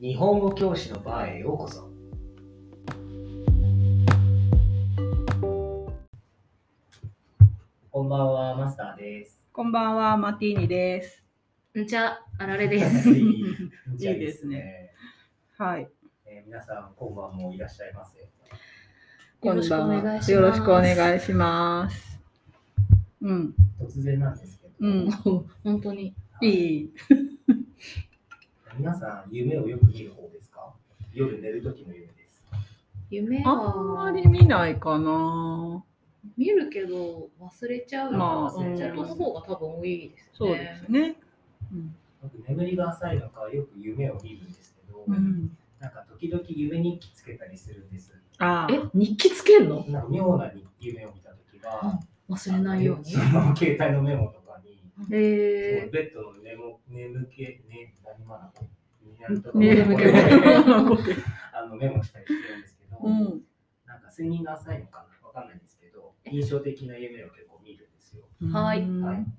日本語教師のバーへようこそこんばんは、マスター です。こんばんは、マティーニです。んちゃ、あられで す。いいいですね。はい。えー皆さん、今晩もいらっしゃいませ。よろしくお願いしますよろしくお願いします。うん、突然なんですけど、 うん、本当に。いい。皆さん、夢をよく見る方ですか夜寝る時の夢です。夢あはんまり見ないかな。見るけど忘れちゃうから、まあ忘れちゃいますうんね本当の方が多分多いですね。そうですね。うん僕、眠りが浅いのか、よく夢を見るんですけど、うん、なんか時々夢日記つけたりするんです。あえ、日記つけんのなんか妙な日夢を見た時は、忘れないように。その携帯のメモとかに、えベッドの眠眠気、ね、何まなこ眠気 あのメモしたりしてるんですけど、うん、なんか睡眠が浅いのかなわかんないんですけど、印象的な夢を結構見るんですよ。はい はい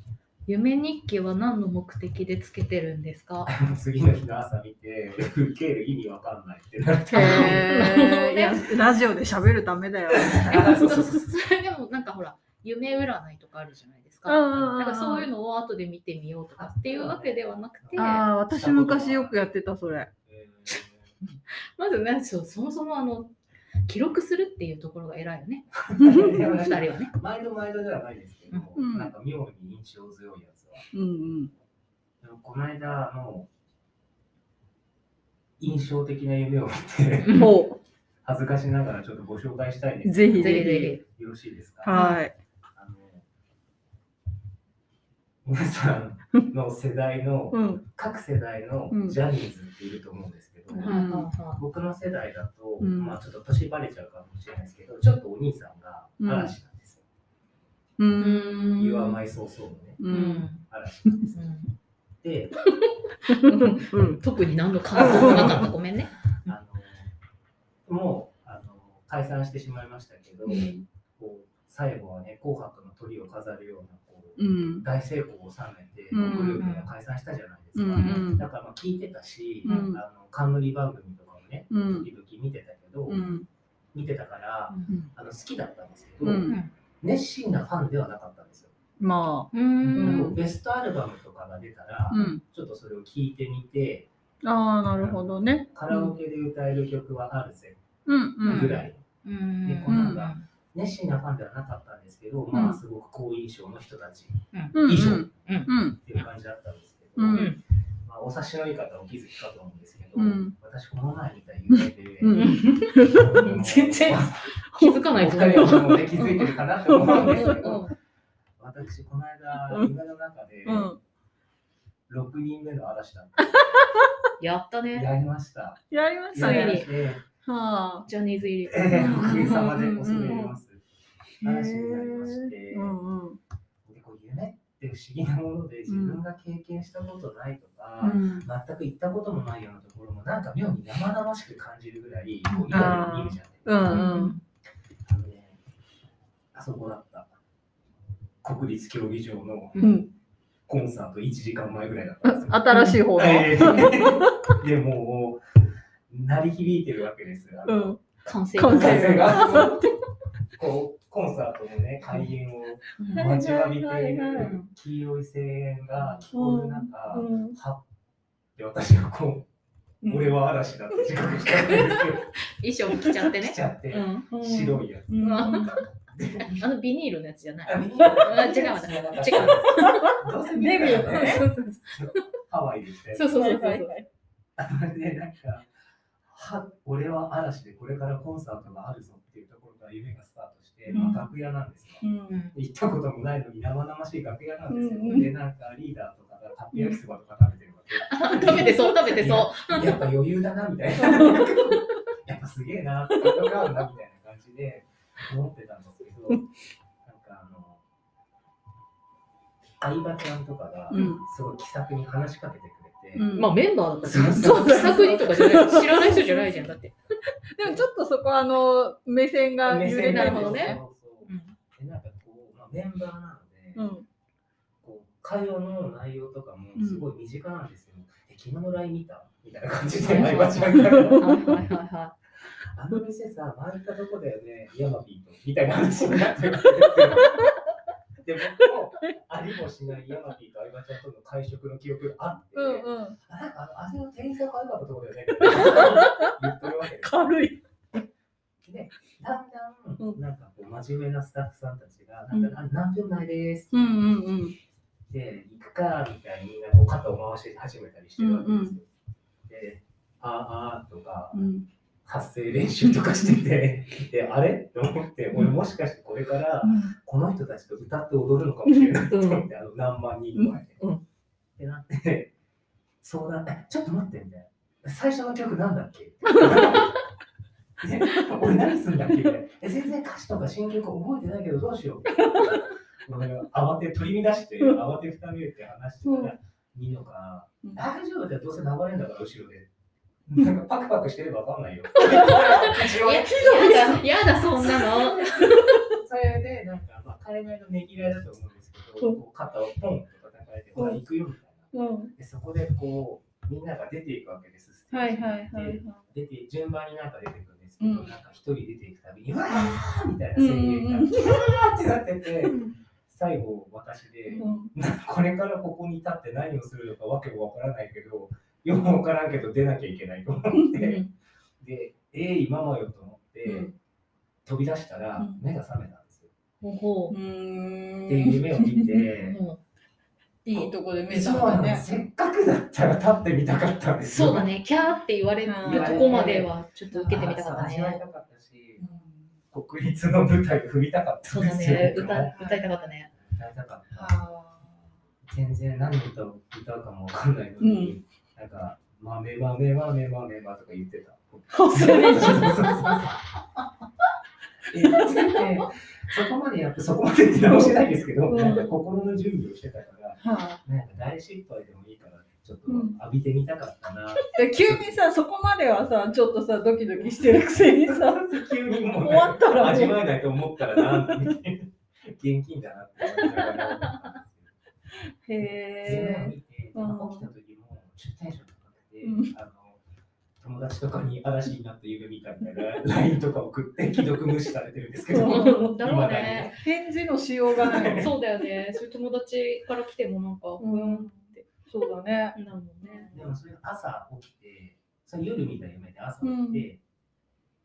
夢日記は何の目的でつけてるんですか次の日の朝見て、受ける意味わかんないって なるへえいやラジオで喋るためだよ。あそうそうそうそれでもなんかほら、夢占いとかあるじゃないですか。ななんかそういうのを後で見てみようとかっていうわけではなくて、ああ、私昔よくやってたそれ。えまずね、そうそもそもあの記録するっていうところが偉いよね、うん二人はーね。 毎度毎度ではないですけど、うんなんか妙に印象強いやつは。うん。でもこの間の印象的な夢を見て、ほ恥ずかしながらちょっとご紹介したいんう、ですぜひぜひぜぜひ。よろしいですかひ。はい。あの皆さんの世代の、うん。各世代のうんジャニーズっていると思うんですけど、んはいはいはい僕の世代だと、うんまあちょっと年バレちゃうかもしれないですけど、ちょっとお兄さんが嵐なんですよ。う。うんん You are my soul soul のね、う。うんん嵐。うんで、うん。特に何の感想もなかった。ごめんね。あのもうあの解散してしまいましたけど、うんこう最後はね、紅白の鳥を飾るようなこう、うん。大成功を収めて、うんグループが解散したじゃないですうか。んだからまあ聞いてたし、うんあの冠番組とかもね、うん時々見てたけど、うん見てたからあの好きだったんですけど、うん熱心なファンではなかったんですよ。まうでこうんベストアルバムとかが出たら、あ、うん、ちょっとそれを聞いてみて、ああなるほどね。カラオケで歌える曲はあるぜうんうんぐらい、うんでこんなんが熱心なファンではなかったんですけど、まあすごく好印象の人たちっうん以上うんうんていう感じだったんですけど、うんまあ、お察しのいい方はお気づきかと思うんですけど、うん私この前見た夢で、ううんんあの全然気づかないおと二思人う。はもうね気づいてるかなと思うんですけど、う私、この間、うん夢の中でうん。 6人目の嵐だっんやったて、ね。やりました。やりましついたにやりまね。して、はあ。ジャニーズ入り。えーおかげさまで恐れ入ります。うん嵐になりまして、うんうんでこう夢って不思議なもので、自分が経験したことないとうか、ん全く行ったこともないようなところも、なんか妙に生々しく感じるぐらい、こうリアルに見るじゃないですか。ううんんあのね、あそこだった。国立競技場のううんん。コンサート1時間前ぐらいだったんですよ。新しい方の。ええでもう、鳴り響いてるわけです。あうのん完成。完成風が。こうコンサートのね、開演を待ちわびている黄色い声援が聞こえる中、うんはっって私がこう、俺は嵐だって自覚しちゃったんですよ。衣装着ちゃって来ねち。ゃって、うん白いやつ。うんあのビニールのやつじゃない。あ違見 に行かなうい違う。どうせ見るからね。そうそうハワイでしたよそうそうそうそう。で、なんか、は俺は嵐でこれからコンサートがあるぞっていうところから夢がスタートして、うんまあ楽屋なんですよ。うん行ったこともないのに生々しい楽屋なんですよ。うんうんで、なんかリーダーとかがカップ焼きそばとか食べてるわけ。食べてそう食べてそやっぱ余裕だなみたいな。やっぱすげえな、とかあるなみたいな感じで思ってたんですけど、なんかあの、相葉ちゃんとかがうんすごい気さくに話しかけてくれて、う。まあメンバーだったそうら、そそうう気さくにとかじゃない。知らない人じゃないじゃんだって。でもちょっとそこはあの目線が目揺線れがないなるほどね。そうそうでなんかこう、まあ、メンバーなので、うんこう会話の内容とかもすごい身近なんですよ。え昨日の LINE 見た、みたいな感じはでい毎晩ちゃんはいがはいはいはあの店さ、前行ったとこだよね、ヤマピーと、みたいな話になってるんですよ。で、僕もありもしないヤマピーと相葉ちゃんとの会食の記憶があって、うんうん。あなんかあのあの店員さんが良かったとこだよね、言ってるわけです軽い。で、だんだうんん、なんかこう、真面目なスタッフさんたちが、なんか、あ何分前ですうんうんうん。で、行くか、みたいに、なんかこう肩を回し始めたりしてるわけですよ。で、あーあーとか、うん発声練習とかしてて、 で、あれと思って、俺もしかしてこれからこの人たちと歌って踊るのかもしれないと思って、あの何万人の前で。うんうんってなって、相談、えちょっと待ってみたいな。最初の曲なんだっ けね、俺何すんだっけみたいなえ全然歌詞とか新曲覚えてないけどどうしようみたいな俺が慌て取り乱して慌てふためいて話してたら、いいのかなうん大丈夫だよ、どうせ流れんだから、後ろで。なんかパクパクしてればわかんないよ。 一応い。いやねやだ、やだ、そん なの。それで、なんか、まあ、海外のねぎらいだと思うんですけど、うんこう肩をポンと叩かれて、ほら、行くよみたいな。うん。で、そこで、こう、みんなが出ていくわけです。ステはージいにはいはいはいで。出て、順番になんか出てくるんですけど、うんなんか一人出ていくたびに、うわーみたいな声援が、ううんんうわーってなってて、最後、私で、うんこれからここに立って何をするのかわけもわからないけど、よくわからんけど出なきゃいけないと思って、で、ええ今もよと思って、うん飛び出したらうん目が覚めたんですよ。ほほうーんっていう夢を見 う。て、もいいとこで目一覚番めたね。せっかくだったら立ってみたかったんうですよ。そうだね、キャーって言われるうんとこまではちょっと受けてみたかったそう味わいね。たかったし、国立の舞台を踏みたかったそんうでだすよ。ね、僕歌は歌いたかったね。歌いたかった。あ全然何歌を歌うかもわかんないのに、なんか、豆豆豆豆豆とか言ってた。ーそうそうそうそう え言っててそこまでやって、そこまでって直してないですけど、うんなんか心の準備をしてたから、はなんか大失敗でもいいから、ちょっとうん浴びてみたかったな。あで急にさそこまではさちょっとさドキドキしてるくせにさ急にもう、終わったらもう味わえないと思ったらなんだみたいな、現金だなって思いながら。へ自分をえ見て、うん起きた時も、ちょっとテンション高くて、うんあの友達とかに嵐になった夢見たみたいな LINE とか送って、既読無視されてるんですけど、うんうんだろうね。返事のしようがないそうだよね。そういう友達から来てもなんか、うんそうだねなるもんね。でもそれが朝起きて、それ夜見た夢で朝起きて、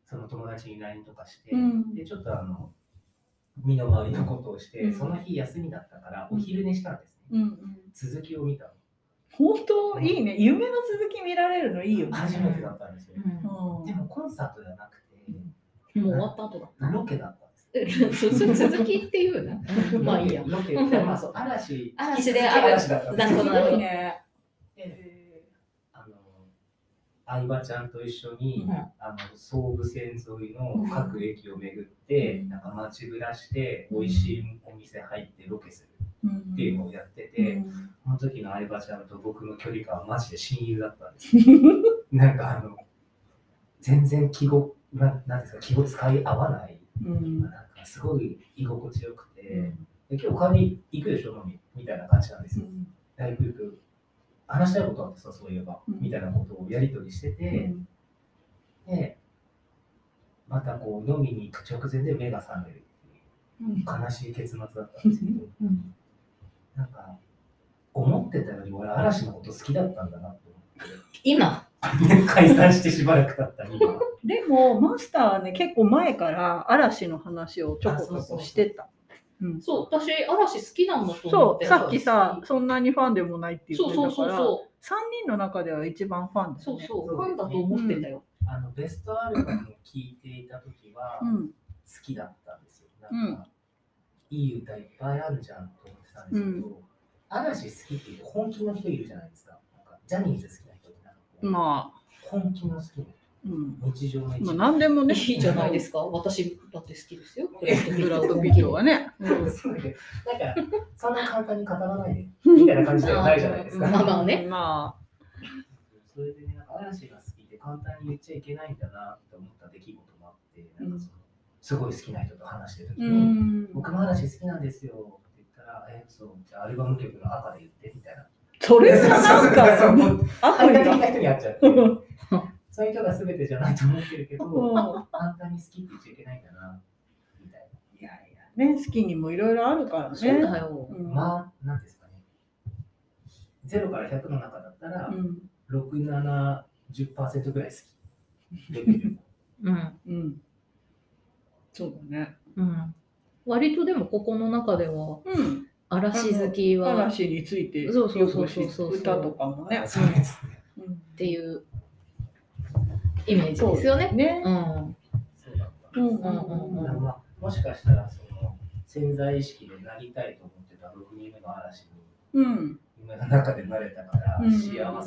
その友達に LINE とかして、うんでちょっとあの身の回りのことをして、うんその日休みだったから、お昼寝したんですね。うんうん続きを見たの。本当いいね夢の続き見られるのいいよね初めてだったんですよ。うんでもコンサートじゃなくて、うんもう終わった後だ。ロケだったんです。えそうそれ続きっていうのまあいいや。ロケまあそう嵐。嵐で嵐だったんですなるほ すごどいねあの相葉ちゃんと一緒に、うんあの総武線沿いの各駅を巡って、うんなんか街ぶらして美味しいお店入ってロケするうんっていうのをやってて、その時の相葉ちゃんと僕の距離感はマジで親友だったんですなんかあの全然気をななんですか気を使い合わないうんなんかすごい居心地よくて、で今日帰り行くでしょ飲みみたいな感じなんですよ、だいぶよく話したいことあってさ、そういえば、うんみたいなことをやり取りしてて、で、またこう飲みに行く直前で目が覚めるっていううん悲しい結末だったんですけど、うんなんか、思ってたより俺、嵐のこと好きだったんだなと今、思って、解散してしばらく経った今、でもマスターはね結構前から嵐の話をちょこちょこしてたうんそう、私、嵐好きなんだと思そってうさっきさそんなにファンでもないって言そっうてそうたそかうらそ3人の中では一番ファンう、だそようねそう、ファンだと思ってたよ。あのベストアルバムを聴いていた時は、う好んきだったんですよ。なんか、いい歌いっぱいあるじゃんと思ってたんですけど、嵐好きっていうと本気の人いるじゃないですか。なんかジャニーズ好きな人ってなんかこうまあ本気の好きなうん人、日常の一まあ部何でもねいいじゃないですか、私だって好きですよ。えブラッドピットはねうんそうだけどなんか、そんな簡単に語らないで、みたいな感じではないじゃないですまあか。まあねまあそれでね、なんか嵐が好きで簡単に言っちゃいけないんだなって思った出来事もあって、なんかその、すごい好きな人と話してる時うに、ん僕も嵐好きなんですよって言ったら、え、そう、じゃあアルバム曲の赤で言ってみたいな。それはなんそうそうそうか、反悪対意的が。な人にやっちゃってうんそういう人が全てじゃないと思ってるけどうん簡単に好きって言っちゃいけないんだなみたいいやいや、ね、好きにもいろいろあるからそうね。だよう。なんまあなんですかね0から100の中だったらうん670%ぐらい好きできる うん。うん。そうだね。うん。割とでもここの中ではうん。嵐好きはっ嵐について、そうそうそうそうよく知る歌とかもね。そうですねうんていうイメージですよね。ね。うん。そうだったうんうんうんうんだからまあ、もしかしたらその潜在意識でなりたいと思ってた6人目の嵐にうん。夢の中でなれたからうん幸せなファンなのかも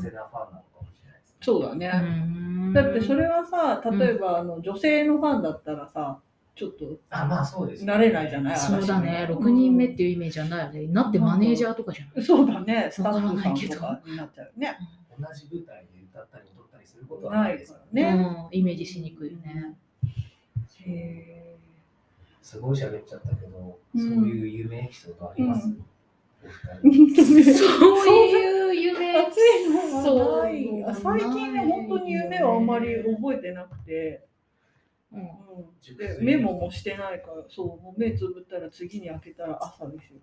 しれないです、そうだうね。んだってそれはさ、例えばあの女性のファンだったらさ、ちょっとあまあそうです、慣れないじゃないそうだね、嵐6人目っていうイメージはないよね。なってマネージャーとかじゃない。そうだね、スタわからッフなさいんけどとかになっちゃうね。同じ舞台で歌ったり踊ったりすることはなないいですかからね。うん、イメージしにくいよね。らへーすごい喋っちゃったけど、うんそういう夢エピソードあります、うお そう二人そういういう夢熱いのがない最近ね、本当に夢はあんまり覚えてなくて、うんうん、でメモもしてないから、そう、もう目つぶったら次に開けたら朝ですよ。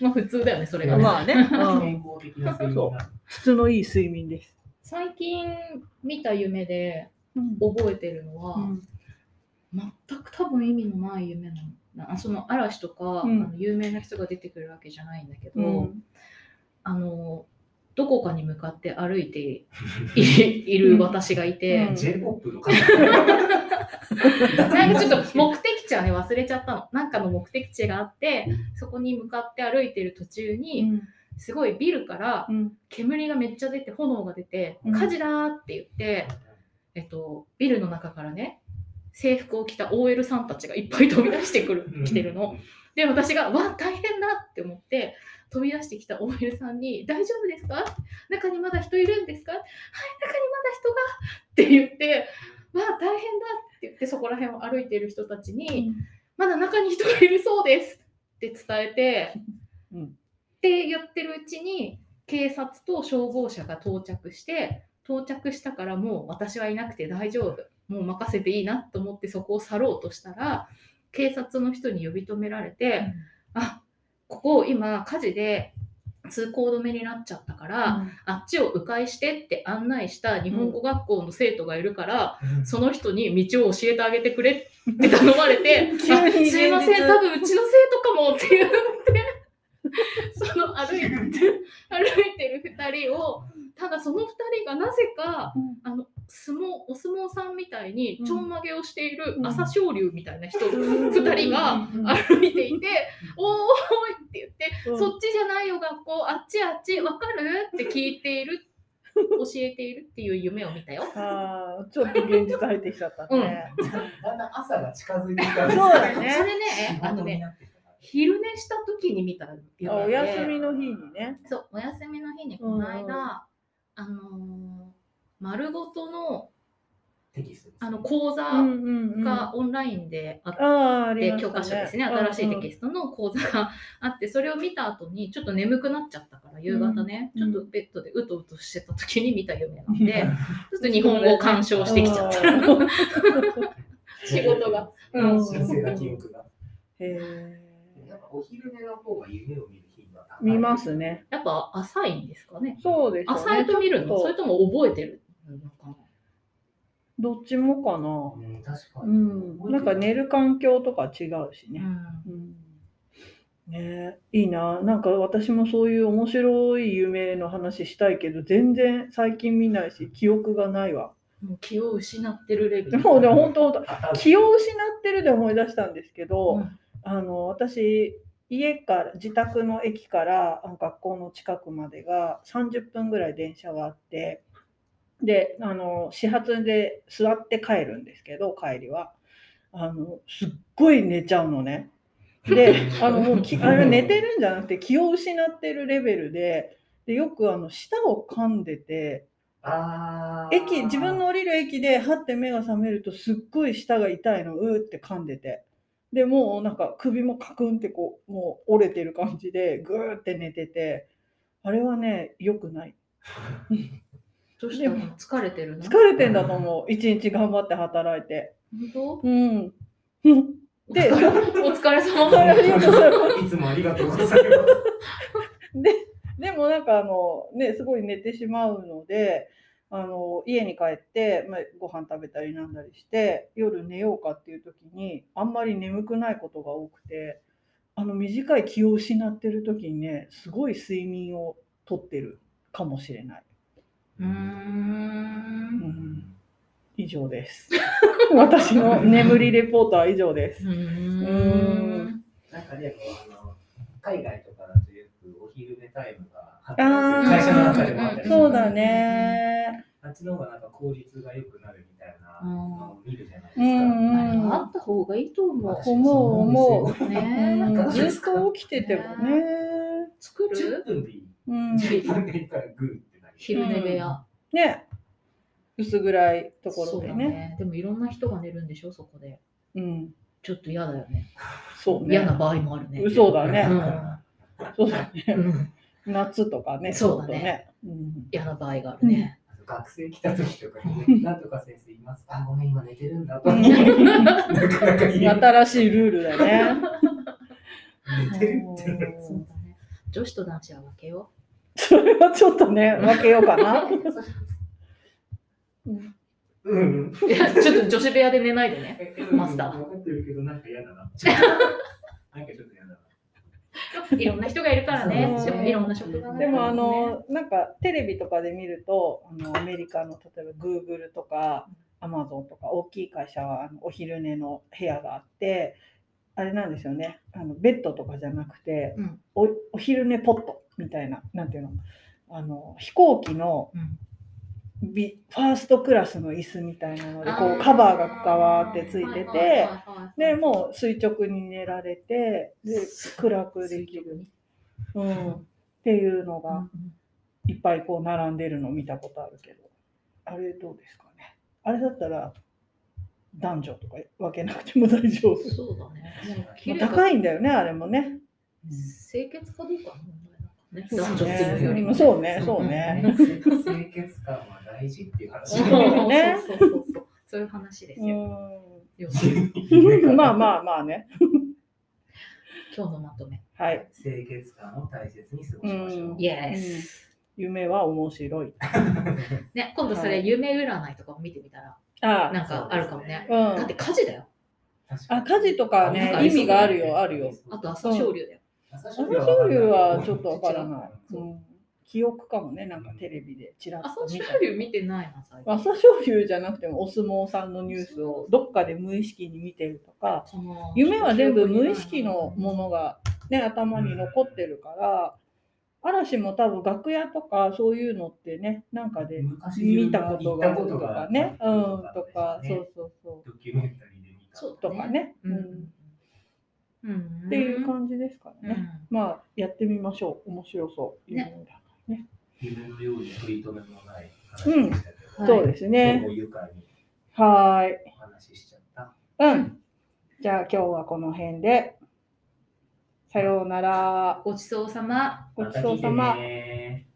まあ普通だよね、それがね。まあね、健康的な睡眠が質のいい睡眠です。最近見た夢でうん覚えてるのは、全く多分意味のない夢なのな。その嵐とか、うんあの有名な人が出てくるわけじゃないんだけど、うんあのどこかに向かって歩いていいる私がいて、うん J-POP の方 なんかちょっと目的地はね忘れちゃったのなんかの目的地があってそこに向かって歩いてる途中に、すごいビルからうん煙がめっちゃ出て炎が出てうん火事だーって言って、えっと、ビルの中からね制服を着た OL さんたちがいっぱい飛び出してくるうん来てるの。で私が「わ大変だ!」って思って飛び出してきた OL さんに「大丈夫ですか中にまだ人いるんですか?」「はい中にまだ人が!」って言って「わ大変だ!」って言ってそこら辺を歩いてる人たちに「まだ中に人がいるそうです!」って伝えて、 うんって言ってるうちに警察と消防車が到着して到着したからもう私はいなくて大丈夫もう任せていいなと思ってそこを去ろうとしたら警察の人に呼び止められて、あここ今火事で通行止めになっちゃったから、あっちを迂回してって案内した日本語学校の生徒がいるから、その人に道を教えてあげてくれって頼まれて急にあ現実すいません多分うちの生徒かもって言って その歩いて歩いてる2人をただその2人がなぜかあの相撲お相撲さんみたいにちょんまげをしているうん朝青龍みたいな人二二人が歩いていて「おーい!」って言ってそっちじゃないよ学校あっちあっちわかるって聞いている教えているっていう夢を見たよ。あーちょっと現実入ってきちゃったね。だんだん朝が近づいてきたんですそうだねそれねあ のね昼寝した時に見たあ夢おで休みの日にね。そうお休みの日にこの間、あのー丸ごとのテキストですあの講座うんうんうんがオンラインであって。あーありでました教科書ですね、新しいテキストの講座があって、それを見た後に、ちょっと眠くなっちゃったから、夕方ね、うんちょっとベッドでうとうとしてた時に見た夢なんで、ちょっと日本語を鑑賞してきちゃった。た。うん仕事が。うん神聖な記憶が。へーやっぱお昼寝の方が夢を見る頻度は高い見ます。ね。やっぱ浅いんですかね。そうですよね。浅いと見るちょのっそれとも覚えてるのかなどっちもかな。うん、確かうに。ん。なんか寝る環境とか違うしね。うんねえいいな。なんか私もそういう面白い夢の話したいけど、全然最近見ないし、記憶がないわ。もう気を失ってるレベル。もうね、本当本当あ。気を失ってるで思い出したんですけど、うんあの私家から自宅の駅からあの学校の近くまでが30分ぐらい電車があってであの始発で座って帰るんですけど帰りはあのすっごい寝ちゃうのね。で あのもうきあれ寝てるんじゃなくて気を失ってるレベルででよくあの舌を噛んでて。あー駅自分の降りる駅ではって目が覚めるとすっごい舌が痛いのうーって噛んでてでもうなんか首もカクンってこうもう折れてる感じでぐーって寝ててあれはね良くないどうしても疲れてるの疲れてんだと思う一日頑張って働いて本うんうん当で お疲れ様それだは良くないいつもありがとうございます。ででもなんかあのねすごい寝てしまうのであの家に帰って、まあ、ご飯食べたりなんだりして夜寝ようかっていう時にあんまり眠くないことが多くてあの短い気を失ってる時にねすごい睡眠をとってるかもしれない。うーうんん、以上です。 私の眠りレポートは以上です。うーんなんかね、こうあの海外とかだとよくお昼寝タイムがあー会社の中でもあったりそそううだだねね。あっちの方がなんか効率が良くなるみたいなうんのを見るじゃないですうか。んあれはあった方がいいと思私思う思。そうなう。ねうんずっと起きててもね。作んですよ10る分でいい。うん、 10分でいいからグーってなる。昼寝部屋。ね薄暗いとこそろうでだねね。でもいろんな人が寝るんでしょ、そこで。うんちょっと嫌だよね。そうね嫌な場合もあるね。嘘だね、うんそうだねうん夏とかねそうだちねょっとね嫌な場合があるね。学生来た時とかに、ね、なんとか先生います。あ、ごめん、今寝てるんだと思って。うんなかなか言えない。新しいルールだね 寝てるってなる。うんそうだね。女子と男子は分けよそれはちょっとね分けようかなうん。う。いや、ちょっと女子部屋で寝ないでね。マスター分かってるけど、なんか嫌 だな。ちょっとなんかちょっと嫌だな。いろんな人がいるからね。そうねいろんな職場があるからねでもあ、のなんかテレビとかで見るとあのアメリカの例えばグーグルとかアマゾンとか大きい会社はあのお昼寝の部屋があってあれなんですよねあのベッドとかじゃなくて、うんおお昼寝ポットみたいななんていうのあの飛行機のうんビファーストクラスの椅子みたいなのでこあうーカバーがガワーってついてはいはいてはいではいもう垂直に寝られてで暗くできる、うん、っていうのがいっぱいこう並んでるの見たことあるけど、あれどうですかね。あれだったら男女とか分けなくても大丈夫。そうだね。もう綺麗か高いんだよね、あれもね。清潔かどうかの問題そなうのかね。男ね女っていうよりも。そうね、そうね。清潔感は大事っていう話。そうそうねそうそうそう。そういう話ですよ。う要はんまああ。まあまあね。今日のまとめ。はい。清潔感を大切に過ごしましょう。イエス。夢は面白い。ね、今度それはい夢占いとかも見てみたら、あなんかあるかもね。うだってん。火事だよ。あ家事とかねなんかありそう意味があるよあるよあと朝青龍だよ。朝朝青龍青龍はちょっとわわからない。そううん記憶かもね、なんかテレビでちらっ朝と青見た。龍見てないな、最近。朝青龍じゃなくてもお相撲さんのニュースをどっかで無意識に見てるとかこの夢は全部無意識のものが、ね、頭に残ってるから嵐も多分楽屋とかそういうのってねなんかで昔見たことがある行ったこととがあかるねうんとかねそうそうそドキュメンタリーで見た。そううとかね、ううんんうんっていう感じですからね、うんまあやってみましょう面白そういうねのだ、夢のように取り留めもない話でしたけど、はいそうですどねうも愉快にはーいお話ししちゃった。うんじゃあ今日はこの辺でさようならごちそうさま。ごちそうさままた聞いてね